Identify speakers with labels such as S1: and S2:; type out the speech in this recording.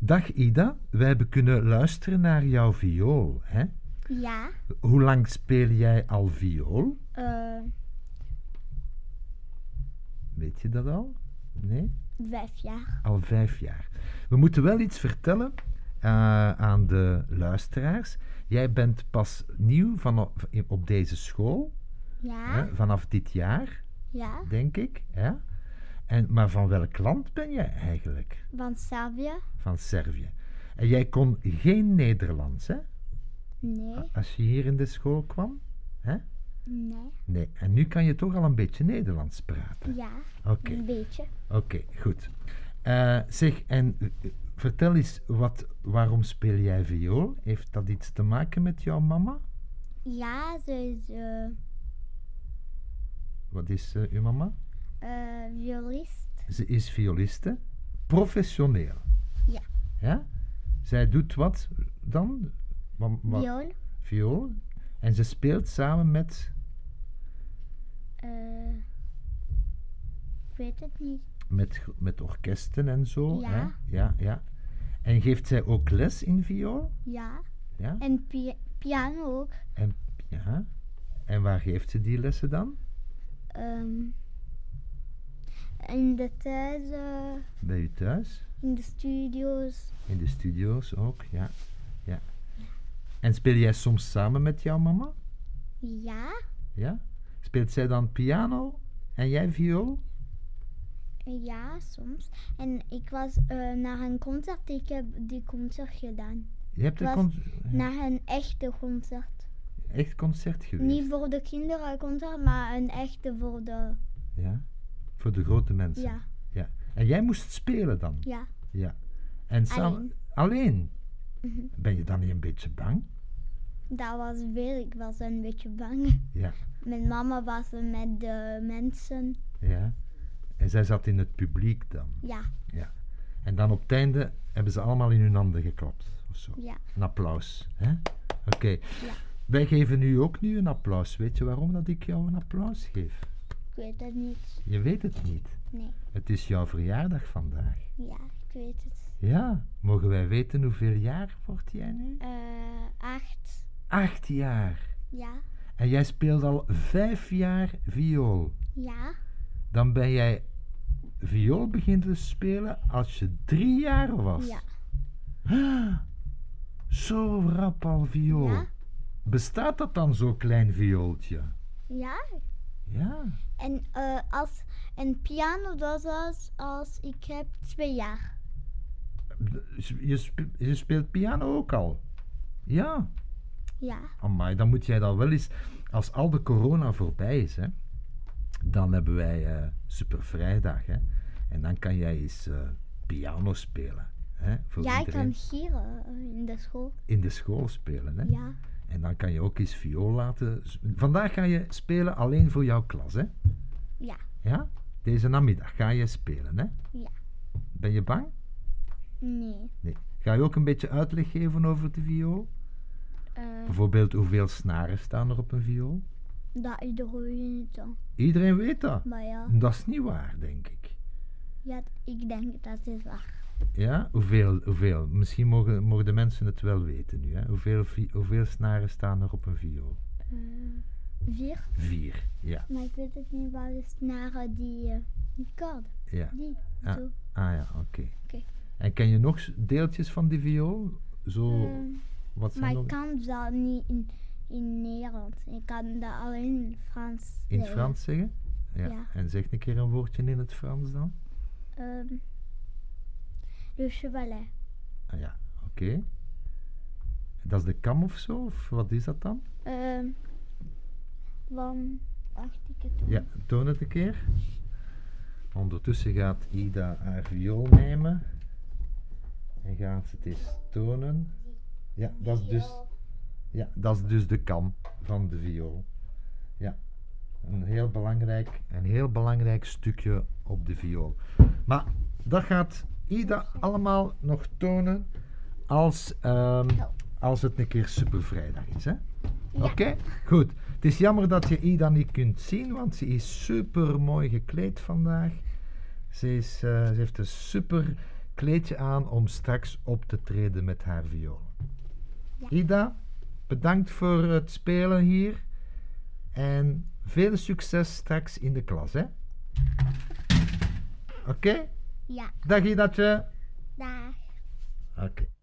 S1: Dag Ida, wij hebben kunnen luisteren naar jouw viool. Hè?
S2: Ja.
S1: Hoe lang speel jij al viool?
S2: eh,
S1: Weet je dat al? Nee?
S2: vijf jaar.
S1: Al vijf jaar. We moeten wel iets vertellen eh, aan de luisteraars. Jij bent pas nieuw vanaf, op deze school,
S2: Ja.
S1: hè, vanaf dit jaar,
S2: Ja.
S1: denk ik. Hè? En, maar van welk land ben jij eigenlijk?
S2: Van Servië?
S1: Van Servië. En jij kon geen Nederlands, hè?
S2: Nee.
S1: Als je hier in de school kwam?
S2: Nee.
S1: Nee. En nu kan je toch al een beetje Nederlands praten.
S2: Ja.
S1: Oké.
S2: Een beetje.
S1: Oké, goed. Eh, zeg, en eh, vertel eens, wat, waarom speel jij viool? Heeft dat iets te maken met jouw mama?
S2: Ja, ze is eh,
S1: Wat is eh, uw mama?
S2: eh, violist.
S1: Ze is violiste, professioneel.
S2: Ja.
S1: Ja? Zij doet wat dan? Wa- wa-
S2: Viool.
S1: Viool. En ze speelt samen met,
S2: eh, ik weet het niet.
S1: met, gro- met orkesten en zo. hè?
S2: Ja.
S1: ja, ja. En geeft zij ook les in viool?
S2: Ja.
S1: Ja.
S2: En pia- piano ook.
S1: ja. En waar geeft ze die lessen dan?
S2: Ehm, in de thuis, eh,
S1: Bij u thuis?
S2: in de studio's.
S1: In de studio's ook, ja. ja. En speel jij soms samen met jouw mama?
S2: Ja.
S1: Ja? Speelt zij dan piano en jij viool?
S2: Ja, soms. En ik was eh, naar een concert. Ik heb die concert gedaan.
S1: Je hebt een
S2: Was
S1: con-
S2: Naar een echte concert.
S1: echt concert geweest.
S2: Niet voor de kinderen concert, maar een echte voor de.
S1: Ja? Voor de grote mensen.
S2: Ja,
S1: En jij moest spelen dan?
S2: ja.
S1: En samen...
S2: Alleen.
S1: Alleen?
S2: Mhm.
S1: Ben je dan niet een beetje bang?
S2: Dat was veel. Ik was een beetje bang.
S1: Ja.
S2: Mijn mama was er met de mensen.
S1: Ja. En zij zat in het publiek dan.
S2: Ja,
S1: En dan op het einde hebben ze allemaal in hun handen geklapt. Of zo.
S2: ja.
S1: Een applaus. Hè? Oké. Wij geven u ook nu een applaus. Weet je waarom dat ik jou een applaus geef?
S2: Ik weet het niet.
S1: Je weet het niet.
S2: Nee.
S1: Het is jouw verjaardag vandaag.
S2: Ja, ik weet het.
S1: Ja, mogen wij weten hoeveel jaar wordt jij nu?
S2: Eh, acht.
S1: Acht jaar.
S2: Ja,
S1: En jij speelt al vijf jaar viool.
S2: ja,
S1: Dan ben jij viool beginnen te spelen als je drie jaar was.
S2: ja.
S1: Zo rap al viool.
S2: Ja.
S1: Bestaat dat dan zo'n klein viooltje?
S2: Ja.
S1: Ja.
S2: En eh, als een piano, dat was als ik heb twee jaar.
S1: Je, spe- je speelt piano ook al. Ja.
S2: Ja,
S1: Amai, dan moet jij dan wel eens... Als al de corona voorbij is, hè, dan hebben wij eh, Supervrijdag. Hè, en dan kan jij eens eh, piano spelen. Hè, voor
S2: ja ik
S1: iedereen
S2: kan hier eh, in de school.
S1: in de school spelen. Hè.
S2: Ja,
S1: En dan kan je ook eens viool laten... s- Vandaag ga je spelen alleen voor jouw klas, hè?
S2: Ja.
S1: Ja? Deze namiddag ga je spelen, hè?
S2: Ja.
S1: Ben je bang?
S2: nee.
S1: Ga je ook een beetje uitleg geven over de viool?
S2: Eh,
S1: Bijvoorbeeld hoeveel snaren staan er op een viool?
S2: dat is de rode niet zo.
S1: Iedereen weet dat.
S2: Maar ja,
S1: Dat is niet waar, denk ik.
S2: ja, ik denk dat is waar.
S1: Ja, hoeveel, hoeveel? Misschien mogen, mogen de mensen het wel weten nu. Hè? Hoeveel, vi- hoeveel snaren staan er op een viool?
S2: Eh, vier.
S1: Vier, ja.
S2: Maar ik weet het niet waar de snaren die, eh die koorden.
S1: ja.
S2: Die,
S1: Ah,
S2: zo.
S1: Ah ja, oké.
S2: Oké.
S1: En ken je nog s- deeltjes van die viool? Zo,
S2: Ehm,
S1: wat zijn
S2: maar
S1: nog?
S2: ik kan dat niet in, in Nederland. Ik kan dat alleen in Frans.
S1: In het
S2: zeggen.
S1: Frans zeggen?
S2: Ja.
S1: En zeg een keer een woordje in het Frans dan?
S2: Ehm, dus le chevalet.
S1: Ah ja, oké. Dat is de kam of zo? Of wat is dat dan?
S2: Ehm, van, wacht ik het doen.
S1: Ja, toon het een keer. Ondertussen gaat Ida haar viool nemen. En gaat het eens tonen. Ja, dat is dus, ja, dat is dus de kam van de viool. Ja, een heel, belangrijk, een heel belangrijk stukje op de viool. Maar dat gaat Ida allemaal nog tonen als, ehm, als het een keer supervrijdag is. Hè?
S2: Ja.
S1: Oké, goed. Het is jammer dat je Ida niet kunt zien, want ze is super mooi gekleed vandaag. Ze, is, eh, ze heeft een super kleedje aan om straks op te treden met haar viool.
S2: Ja.
S1: Ida, bedankt voor het spelen hier. En veel succes straks in de klas, hè? Oké?
S2: Ja,
S1: Dag Idatje.
S2: daar.
S1: Oké.